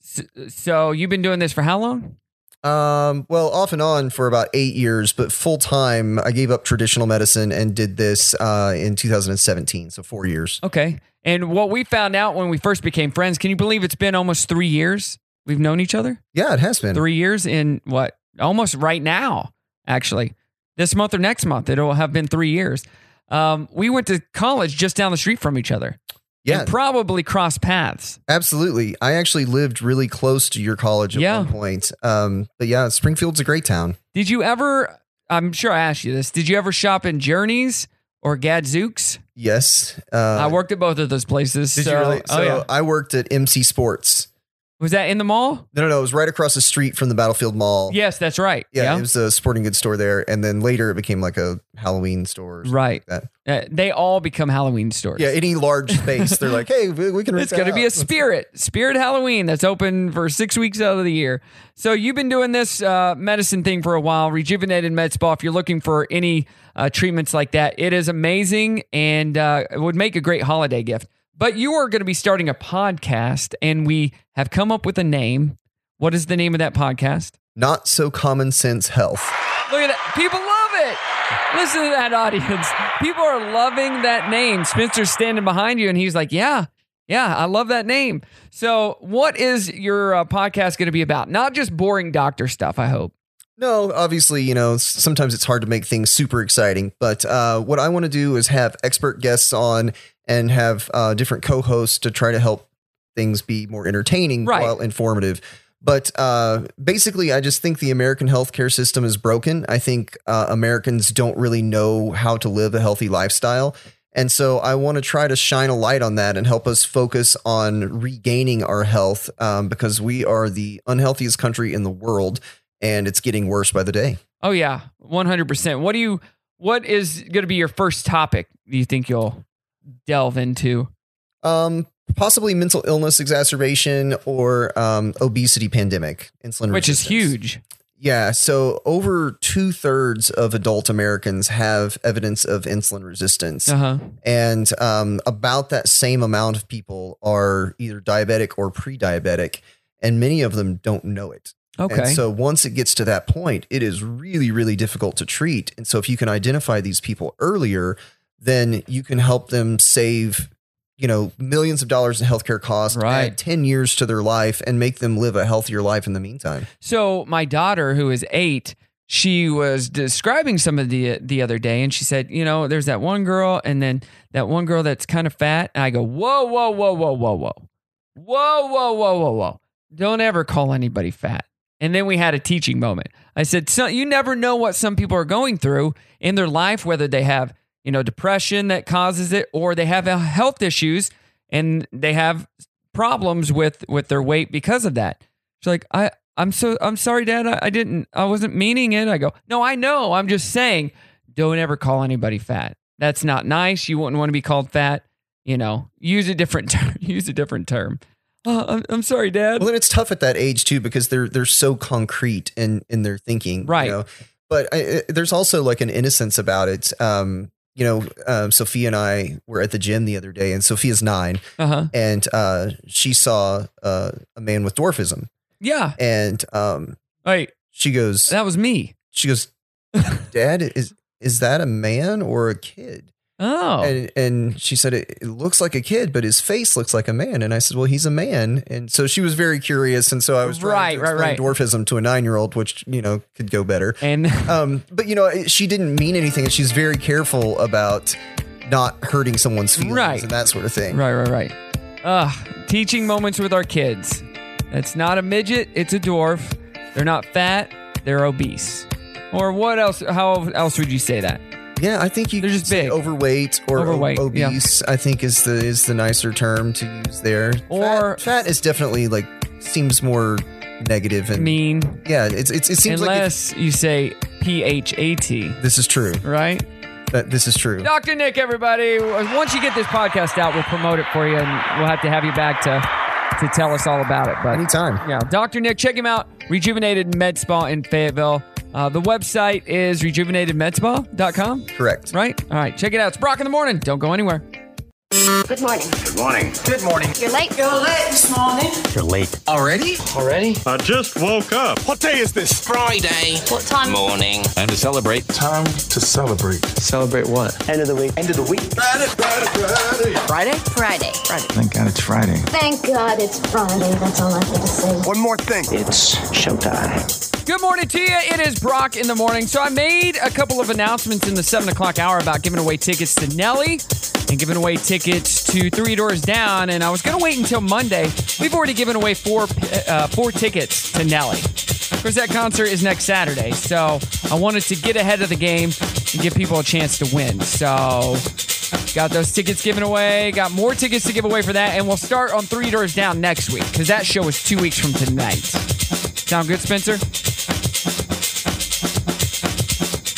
s- so you've been doing this for how long? Um, well, off and on for about eight years, but full time, I gave up traditional medicine and did this uh, in 2017, so four years. Okay. And what we found out when we first became friends, can you believe it's been almost three years we've known each other? Yeah, it has been. Three years in what? Almost right now, actually. This month or next month, it'll have been three years. Um, we went to college just down the street from each other. Yeah. And probably crossed paths. Absolutely. I actually lived really close to your college at one point. Um, but yeah, Springfield's a great town. Did you ever, I'm sure I asked you this, did you ever shop in Journeys or Gadzooks? Yes. Uh, I worked at both of those places. Did so, you really? oh, so yeah. I worked at MC Sports. Was that in the mall? No, no, no. It was right across the street from the Battlefield Mall. Yes, that's right. Yeah, yeah. it was a sporting goods store there, and then later it became like a Halloween store. Or something Right. Like that. Uh, they all become Halloween stores. Yeah, any large space, they're like, hey, we we can. It's going to be a spirit, spirit Halloween that's open for six weeks out of the year. So you've been doing this uh, medicine thing for a while, rejuvenated med spa. If you're looking for any uh, treatments like that, it is amazing and uh, it would make a great holiday gift. But you are going to be starting a podcast, and we have come up with a name. What is the name of that podcast? not so common sense health. Look at that. People love it. Listen to that audience. People are loving that name. Spencer's standing behind you and he's like, yeah, yeah, I love that name. So, what is your uh, podcast going to be about? Not just boring doctor stuff, I hope. No, obviously, you know, s- sometimes it's hard to make things super exciting, but uh, what I want to do is have expert guests on and have uh, different co hosts to try to help things be more entertaining Right. while informative. But uh, basically, I just think the American healthcare system is broken. I think uh, Americans don't really know how to live a healthy lifestyle. And so I want to try to shine a light on that and help us focus on regaining our health um, because we are the unhealthiest country in the world and it's getting worse by the day. Oh, yeah, 100%. What do you, what is going to be your first topic do you think you'll delve into? Um, possibly mental illness exacerbation or um, obesity pandemic, insulin Which is huge. Yeah. So over two thirds of adult Americans have evidence of insulin resistance. Uh-huh. And um, about that same amount of people are either diabetic or pre diabetic, and many of them don't know it. And Okay. so once it gets to that point, it is really, really difficult to treat. And so if you can identify these people earlier, then you can help them save, you know, millions of dollars in healthcare costs, Right. add 10 years to their life, and make them live a healthier life in the meantime. So my daughter, who is eight, she was describing some of the the other day, and she said, you know, there's that one girl, and then that one girl that's kind of fat. And I go, whoa, whoa, whoa, whoa, whoa, whoa, whoa, whoa, whoa, whoa, whoa. Don't ever call anybody fat. And then we had a teaching moment. I said, so you never know what some people are going through in their life, whether they have you know depression that causes it, or they have uh, health issues and they have problems with with their weight because of that. She's like, I, I'm so, I'm sorry, Dad. I, I didn't, I wasn't meaning it. I go, no, I know. I'm just saying, don't ever call anybody fat. That's not nice. You wouldn't want to be called fat. You know, use a different term. Use a different term. Uh, I'm, I'm sorry, Dad. Well, then it's tough at that age too because they're they're so concrete in in their thinking, right? You know? But I, I- there's also like an innocence about it. Um, you know, um, Sophia and I were at the gym the other day, and Sophia's 9 Uh-huh. and uh, she saw uh, a man with dwarfism, Yeah. and um, right. She goes, "That was me." She goes, "Dad, is is that a man or a kid?" Oh, and and she said it, it looks like a kid, but his face looks like a man. And I said, "Well, he's a man." And so she was very curious, and so I was trying Right, to right, explain dwarfism to a nine year old, which you know could go better. And um, but you know, it, she didn't mean anything, and she's very careful about not hurting someone's feelings Right. and that sort of thing. Right, right, right. Ugh, teaching moments with our kids. It's not a midget, it's a dwarf. They're not fat, they're obese. Or what else? How else would you say that? Yeah, I think you they're just big. Overweight or o- Overweight, yeah. obese, I think is the is the nicer term to use there. Or fat, fat is definitely like seems more negative and mean. Yeah, it's, it's it seems like unless you say P H A T. This is true, right? That this is true. Dr. Nick, everybody. Once you get this podcast out, we'll promote it for you, and we'll have to have you back to to tell us all about it. But anytime, yeah, Dr. Nick, check him out. Rejuvenated Med Spa in Fayetteville. Uh, the website is rejuvenatedmedspa.com. Correct. Right. All right. Check it out. It's Brock in the morning. Don't go anywhere. Good morning. Good morning. Good morning. You're late. You're late this morning. You're late. Already? Already? I just woke up. What day is this? Friday. What time? Morning. Time to celebrate. Time to celebrate. Celebrate what? End of the week. End of the week. Friday. Friday. Friday. Friday. Thank God it's Friday. Thank God it's Friday. That's all I have to say. One more thing. It's showtime. Good morning to you. It is Brock in the morning. So I made a couple of announcements in the seven o'clock hour about giving away tickets to Nelly and giving away tickets to Three Doors Down. And I was going to wait until Monday. We've already given away four uh, four tickets to Nelly. Of course, that concert is next Saturday. So I wanted to get ahead of the game and give people a chance to win. So got those tickets given away. Got more tickets to give away for that. And we'll start on Three Doors Down next week because that show is two weeks from tonight. Sound good, Spencer?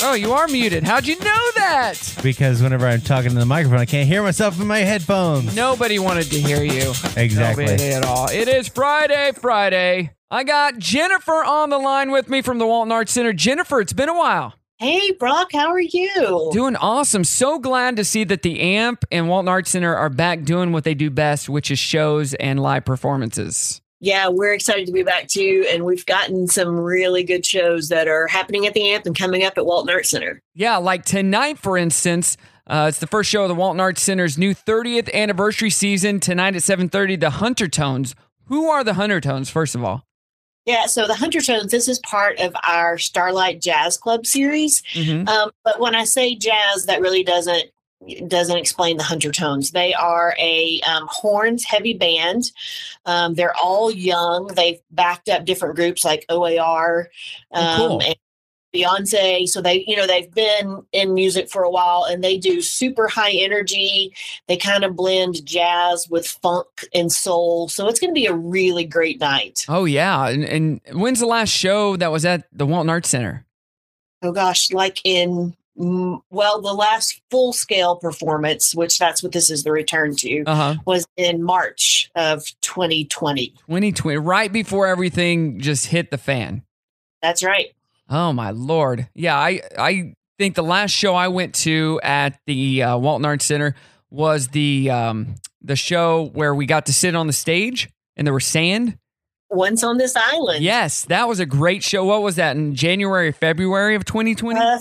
Oh, you are muted. How'd you know that? Because whenever I'm talking to the microphone, I can't hear myself in my headphones. Nobody wanted to hear you. Exactly. Nobody at all. It is Friday, Friday. I got Jennifer on the line with me from the Walton Arts Center. Jennifer, it's been a while. Hey, Brock, how are you? Doing awesome. So glad to see that the AMP and Walton Arts Center are back doing what they do best, which is shows and live performances. Yeah, we're excited to be back to you, and we've gotten some really good shows that are happening at the AMP and coming up at Walton Arts Center. Yeah, like tonight, for instance, uh, it's the first show of the Walton Arts Center's new 30th anniversary season. Tonight at 7.30, the Hunter Tones. Who are the Hunter Tones, first of all? Yeah, so the Hunter Tones, this is part of our Starlight Jazz Club series. Mm-hmm. Mhm. Um, but when I say jazz, that really doesn't doesn't explain the Hunter Tones. They are a um, horns heavy band. Um, they're all young. They've backed up different groups like OAR um, Oh, cool. and Beyonce. So they, you know, they've been in music for a while, and they do super high energy. They kind of blend jazz with funk and soul. So it's going to be a really great night. Oh, yeah. And, and when's the last show that was at the Walton Arts Center? oh gosh, like in mm, well, the last full scale performance, which that's what this is the return to, Uh-huh. was in March of 2020. 2020, right before everything just hit the fan. That's right. Oh my lord! Yeah, I I think the last show I went to at the uh, Walton Arts Center was the um, the show where we got to sit on the stage and there was sand. Once on this island. Yes, that was a great show. What was that in January, February of 2020? Uh,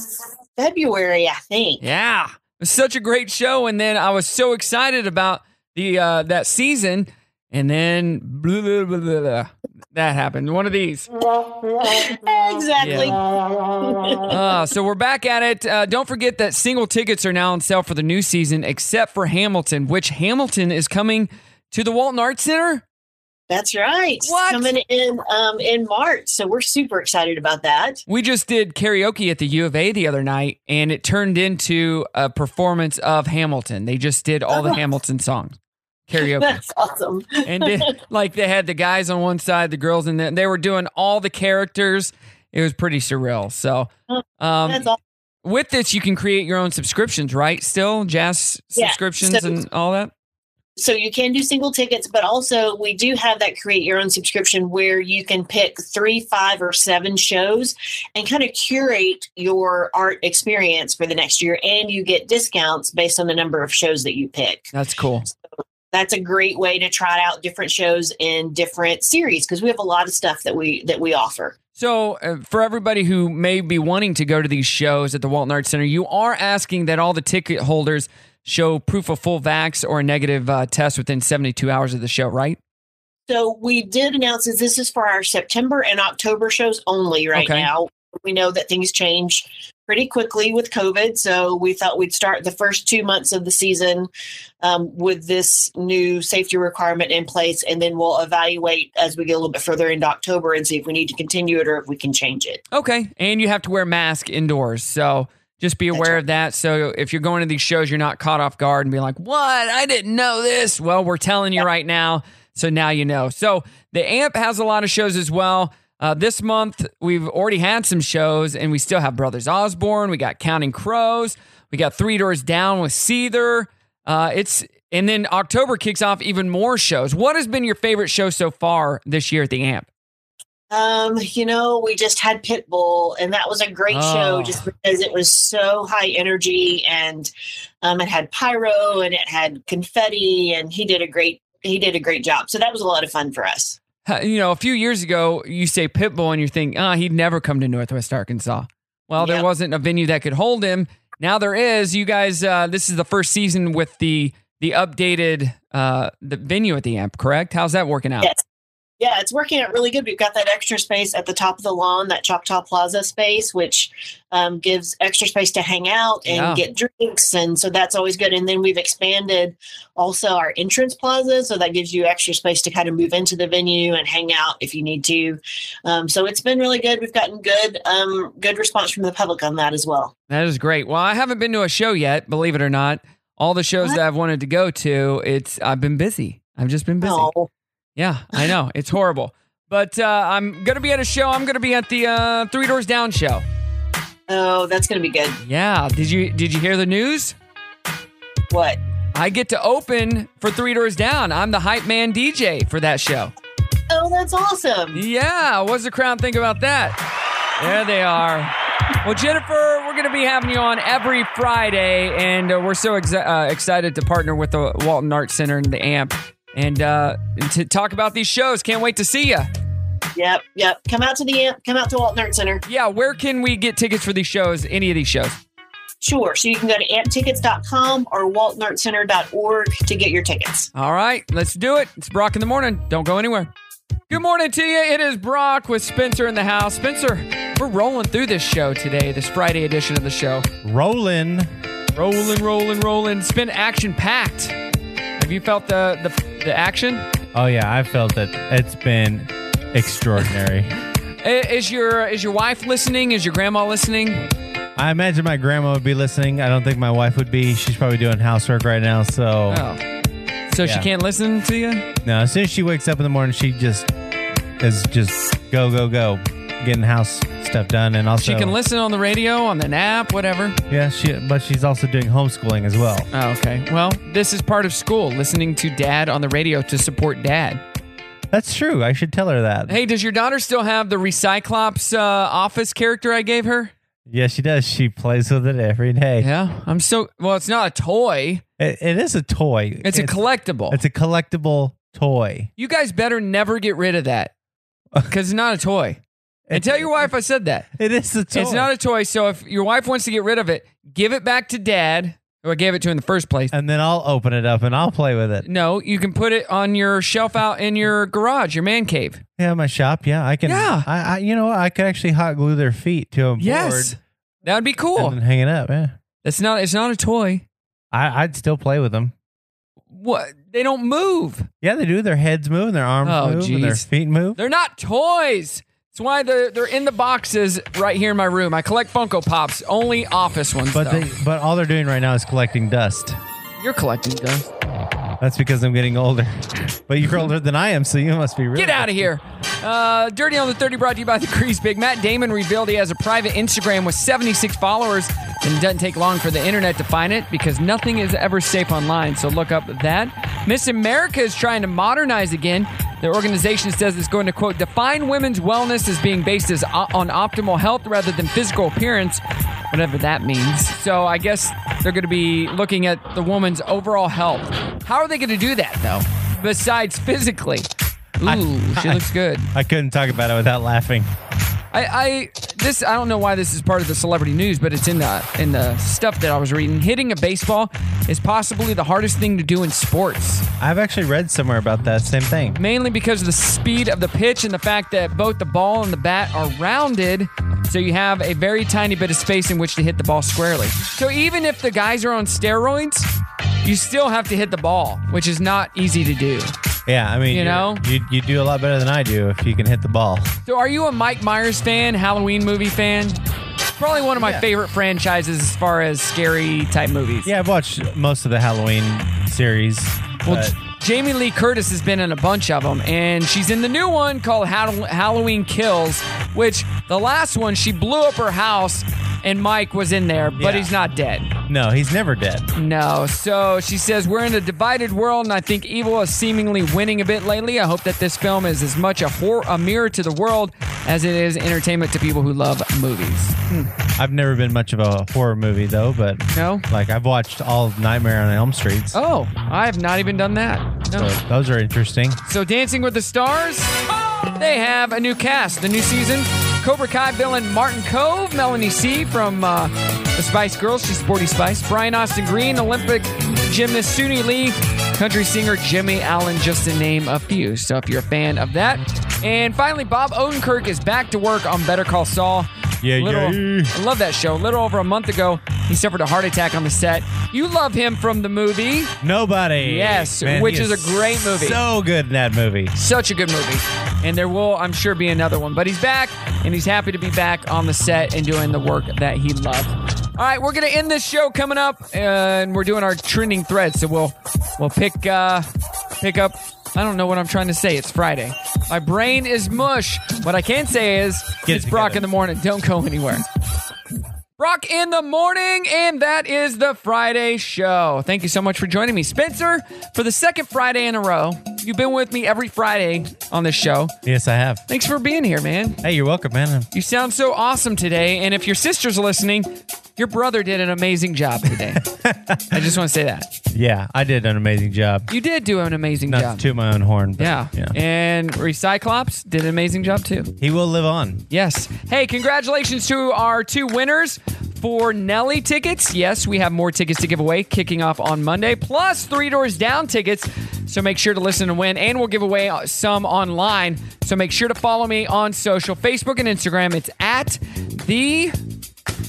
February, I think. Yeah, it was such a great show, and then I was so excited about the uh, that season, and then blah, blah, blah, blah, blah. that happened. One of these. exactly. uh, so we're back at it. Uh, don't forget that single tickets are now on sale for the new season, except for Hamilton, which Hamilton is coming to the Walton Arts Center. That's right. Coming in um, in March. So we're super excited about that. We just did karaoke at the U of A the other night, and it turned into a performance of Hamilton. They just did all Oh. the Hamilton songs. Karaoke. That's awesome. and did, like they had the guys on one side, the girls, and the, they were doing all the characters. It was pretty surreal. So, um, Oh, That's awesome. with this, you can create your own subscriptions, right? Still, jazz Yeah, subscriptions so- and all that. so you can do single tickets, but also we do have that create your own subscription where you can pick three, five, or seven shows and kind of curate your art experience for the next year. And you get discounts based on the number of shows that you pick. That's cool. That's a great way to try out different shows in different series because we have a lot of stuff that we that we offer. So, uh, for everybody who may be wanting to go to these shows at the Walton Arts Center, you are asking that all the ticket holders show proof of full vax or a negative uh, test within 72 hours of the show, right? So we did announce that this is for our September and October shows only right Okay. now. We know that things change pretty quickly with COVID, so we thought we'd start the first two months of the season um, with this new safety requirement in place, and then we'll evaluate as we get a little bit further into October and see if we need to continue it or if we can change it. Okay. And you have to wear mask indoors. So, just be aware of that. So, if you're going to these shows, you're not caught off guard and be like, what? I didn't know this. Well, we're telling you right now. So now you know. So the AMP has a lot of shows as well. Uh, this month, we've already had some shows, and we still have Brothers Osborne. We got Counting Crows. We got Three Doors Down with Seether. Uh, it's and then October kicks off even more shows. What has been your favorite show so far this year at the AMP? Um, you know, we just had Pitbull, and that was a great Oh. show just because it was so high energy, and um, it had pyro and it had confetti, and he did a great he did a great job. So that was a lot of fun for us. Ha- You know, a few years ago, you say Pitbull, and you think, ah, he'd never come to Northwest Arkansas. Well, there wasn't a venue that could hold him. Now there is. You guys, uh, this is the first season with the the updated uh, the venue at the AMP. Correct? How's that working out? Yes. Yeah, it's working out really good. We've got that extra space at the top of the lawn, that Choctaw Plaza space, which um, gives extra space to hang out and Yeah. get drinks. And so that's always good. And then we've expanded also our entrance plaza. So that gives you extra space to kind of move into the venue and hang out if you need to. Um, so it's been really good. We've gotten good, um, good response from the public on that as well. That is great. Well, I haven't been to a show yet, believe it or not. All the shows that I've wanted to go to, it's I've been busy. I've just been busy. Oh. Yeah, I know. It's horrible. But uh, I'm going to be at a show. I'm going to be at the uh, Three Doors Down show. Oh, that's going to be good. Yeah. Did you did you hear the news? What? I get to open for Three Doors Down. I'm the hype man DJ for that show. Oh, that's awesome. Mm-hmm. Yeah. What's the crowd think about that? There they are. Well, Jennifer, we're going to be having you on every Friday, and uh, we're so ex- uh, excited to partner with the Walton Arts Center and the AMP and uh, to talk about these shows. Can't wait to see you. Yep, yep. Come out to the amp. Come out to Walton Art Center. Yeah, where can we get tickets for these shows? Any of these shows? Sure. So you can go to amptickets.com or waltonartcenter.org to get your tickets. All right, let's do it. It's Brock in the morning. Don't go anywhere. Good morning to you. It is Brock with Spencer in the house. Spencer, we're rolling through this show today, this Friday edition of the show. Rolling. Rolling, rolling, rolling. It's been action packed. Have you felt the, the the action? Oh yeah, I felt it. It's been extraordinary. I- Is your is your wife listening? Is your grandma listening? I imagine my grandma would be listening. I don't think my wife would be. She's probably doing housework right now. So Oh, so she Yeah. can't listen to you. no, as soon as she wakes up in the morning, she just is just go go go, getting house stuff done, and also She can listen on the radio, on the nap, whatever. Yeah, she. But she's also doing homeschooling as well. Oh, okay. Well, this is part of school. Listening to dad on the radio to support dad. That's true. I should tell her that. Hey, does your daughter still have the Recyclops uh, office character I gave her? Yeah, she does. She plays with it every day. Yeah, I'm so well. It's not a toy. It, it is a toy. It's a collectible. It's a collectible toy. You guys better never get rid of that because it's not a toy. And tell your wife I said that. It is a toy. It's not a toy. So if your wife wants to get rid of it, give it back to dad, who I gave it to in the first place. And then I'll open it up and I'll play with it. No, you can put it on your shelf out in your garage, your man cave. Yeah, my shop. Yeah, I can. Yeah. I, I you know, what? I could actually hot glue their feet to a Yes, board that would be and cool. then hang it up. Yeah, It's not. It's not a toy. I, I'd still play with them. What they don't move. Yeah, they do. Their heads move, and their arms Oh, move, and their jeez. feet move. They're not toys. That's why they're they're in the boxes right here in my room. I collect Funko Pops, only office ones. But though. they, but all they're doing right now is collecting dust. you're collecting dust. That's because I'm getting older. But you're older than I am, so you must be really. Get out of here. Uh, Dirty on the 30 brought to you by the Grease Pig. Matt Damon revealed he has a private Instagram with 76 followers, and it doesn't take long for the internet to find it because nothing is ever safe online. So look up that. Miss America is trying to modernize again. The organization says it's going to, quote, define women's wellness as being based as, uh, on optimal health rather than physical appearance, whatever that means. So I guess they're going to be looking at the woman's overall health. How are they going to do that, though, besides physically? Ooh, she looks good. I couldn't talk about it without laughing. I, I this I don't know why this is part of the celebrity news, but it's in the in the stuff that I was reading. Hitting a baseball is possibly the hardest thing to do in sports, I've actually read somewhere about that same thing. mainly because of the speed of the pitch and the fact that both the ball and the bat are rounded, so you have a very tiny bit of space in which to hit the ball squarely. So even if the guys are on steroids, you still have to hit the ball, which is not easy to do. Yeah, I mean, You you're- know? you you do a lot better than I do if you can hit the ball. So, are you a Mike Myers fan, Halloween movie fan? Probably one of my Yeah. favorite franchises as far as scary type movies. Yeah, I've watched most of the Halloween series. Well, but- J- Jamie Lee Curtis has been in a bunch of them, and she's in the new one called Hall- Halloween Kills, which the last one she blew up her house, and Mike was in there, but he's not dead. No, he's never dead. No. So she says, We're in a divided world, and I think evil is seemingly winning a bit lately. I hope that this film is as much a, hor- a mirror to the world as it is entertainment to people who love movies. I've never been much of a horror movie though, but no, like I've watched all of Nightmare on Elm Street. Oh, I have not even done that. No. So those are interesting. So, Dancing with the Stars, they have a new cast, the new season. Cobra Kai villain Martin Cove, Melanie C. from uh, the Spice Girls, she's Sporty Spice, Brian Austin Green, Olympic gymnast Suni Lee, country singer Jimmy Allen, just to name a few. So, if you're a fan of that. And finally, Bob Odenkirk is back to work on Better Call Saul. Yeah, Little- yeah. I love that show. A little over a month ago, he suffered a heart attack on the set. You love him from the movie. Nobody. Yes, which he is a great movie. So good in that movie. Such a good movie. And there will, I'm sure, be another one. But he's back, and he's happy to be back on the set and doing the work that he loved. All right, we're going to end this show coming up, and we're doing our trending threads. So we'll we'll pick uh, pick up. I don't know what I'm trying to say. It's Friday. My brain is mush. What I can say is it's Brock in the morning. Don't go anywhere. Brock in the morning, and that is the Friday show. Thank you so much for joining me, Spencer, for the second Friday in a row. You've been with me every Friday on this show. Yes, I have. Thanks for being here, man. Hey, you're welcome, man. You sound so awesome today, and if your sister's listening, your brother did an amazing job today. I just want to say that. Yeah, I did an amazing job. You did do an amazing Not job. to toot my own horn, but yeah. And Recyclops did an amazing job too. he will live on. Yes. Hey, congratulations to our two winners for Nelly tickets. Yes, we have more tickets to give away kicking off on Monday, plus Three Doors Down tickets. So make sure to listen and win. And we'll give away uh, some online. So make sure to follow me on social Facebook and Instagram. It's at the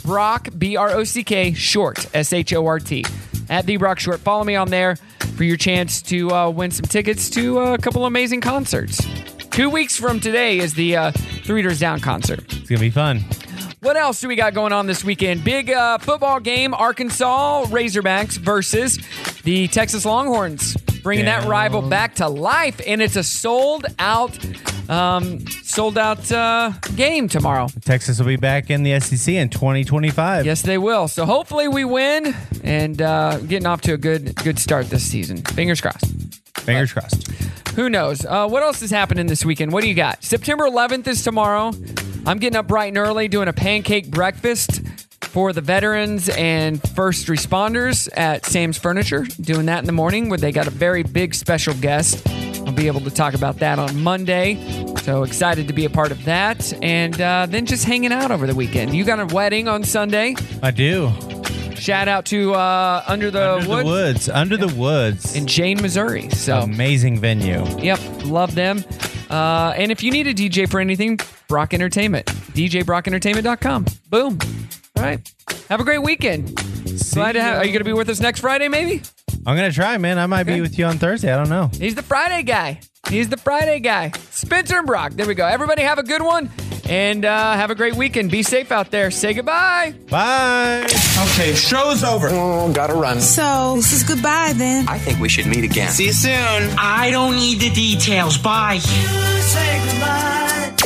Brock, B R O C K, short, S H O R T. At the Brock Short. Follow me on there for your chance to uh, win some tickets to uh, a couple amazing concerts. Two weeks from today is the uh, Three Doors Down concert. It's gonna be fun. What else do we got going on this weekend? Big uh, football game, Arkansas Razorbacks versus the Texas Longhorns, bringing that rival back to life, and it's a sold out, um, sold out uh, game tomorrow. Texas will be back in the SEC in 2025. Yes, they will. So hopefully we win and uh, getting off to a good good start this season. Fingers crossed. Fingers crossed. Who knows? Uh, what else is happening this weekend? What do you got? September 11th is tomorrow. I'm getting up bright and early doing a pancake breakfast for the veterans and first responders at Sam's Furniture. Doing that in the morning where they got a very big special guest. I'll be able to talk about that on Monday. So excited to be a part of that. And uh, then just hanging out over the weekend. You got a wedding on Sunday. I do. Shout out to uh, Under the Under Woods. the woods. Under the woods. In Jane, Missouri. So amazing venue. Yep, love them. Uh, and if you need a DJ for anything, Brock Entertainment. DJBrockEntertainment.com. Boom. All right. Have a great weekend. Glad to have. Are you going to be with us next Friday? Maybe I'm gonna try, man. I might be with you on Thursday. I don't know. he's the Friday guy. He's the Friday guy. Spencer and Brock. There we go. Everybody have a good one and uh, have a great weekend. Be safe out there. Say goodbye. Bye. Okay, show's over. Oh, gotta run. So, this is goodbye then. I think we should meet again. See you soon. I don't need the details. Bye. You say goodbye.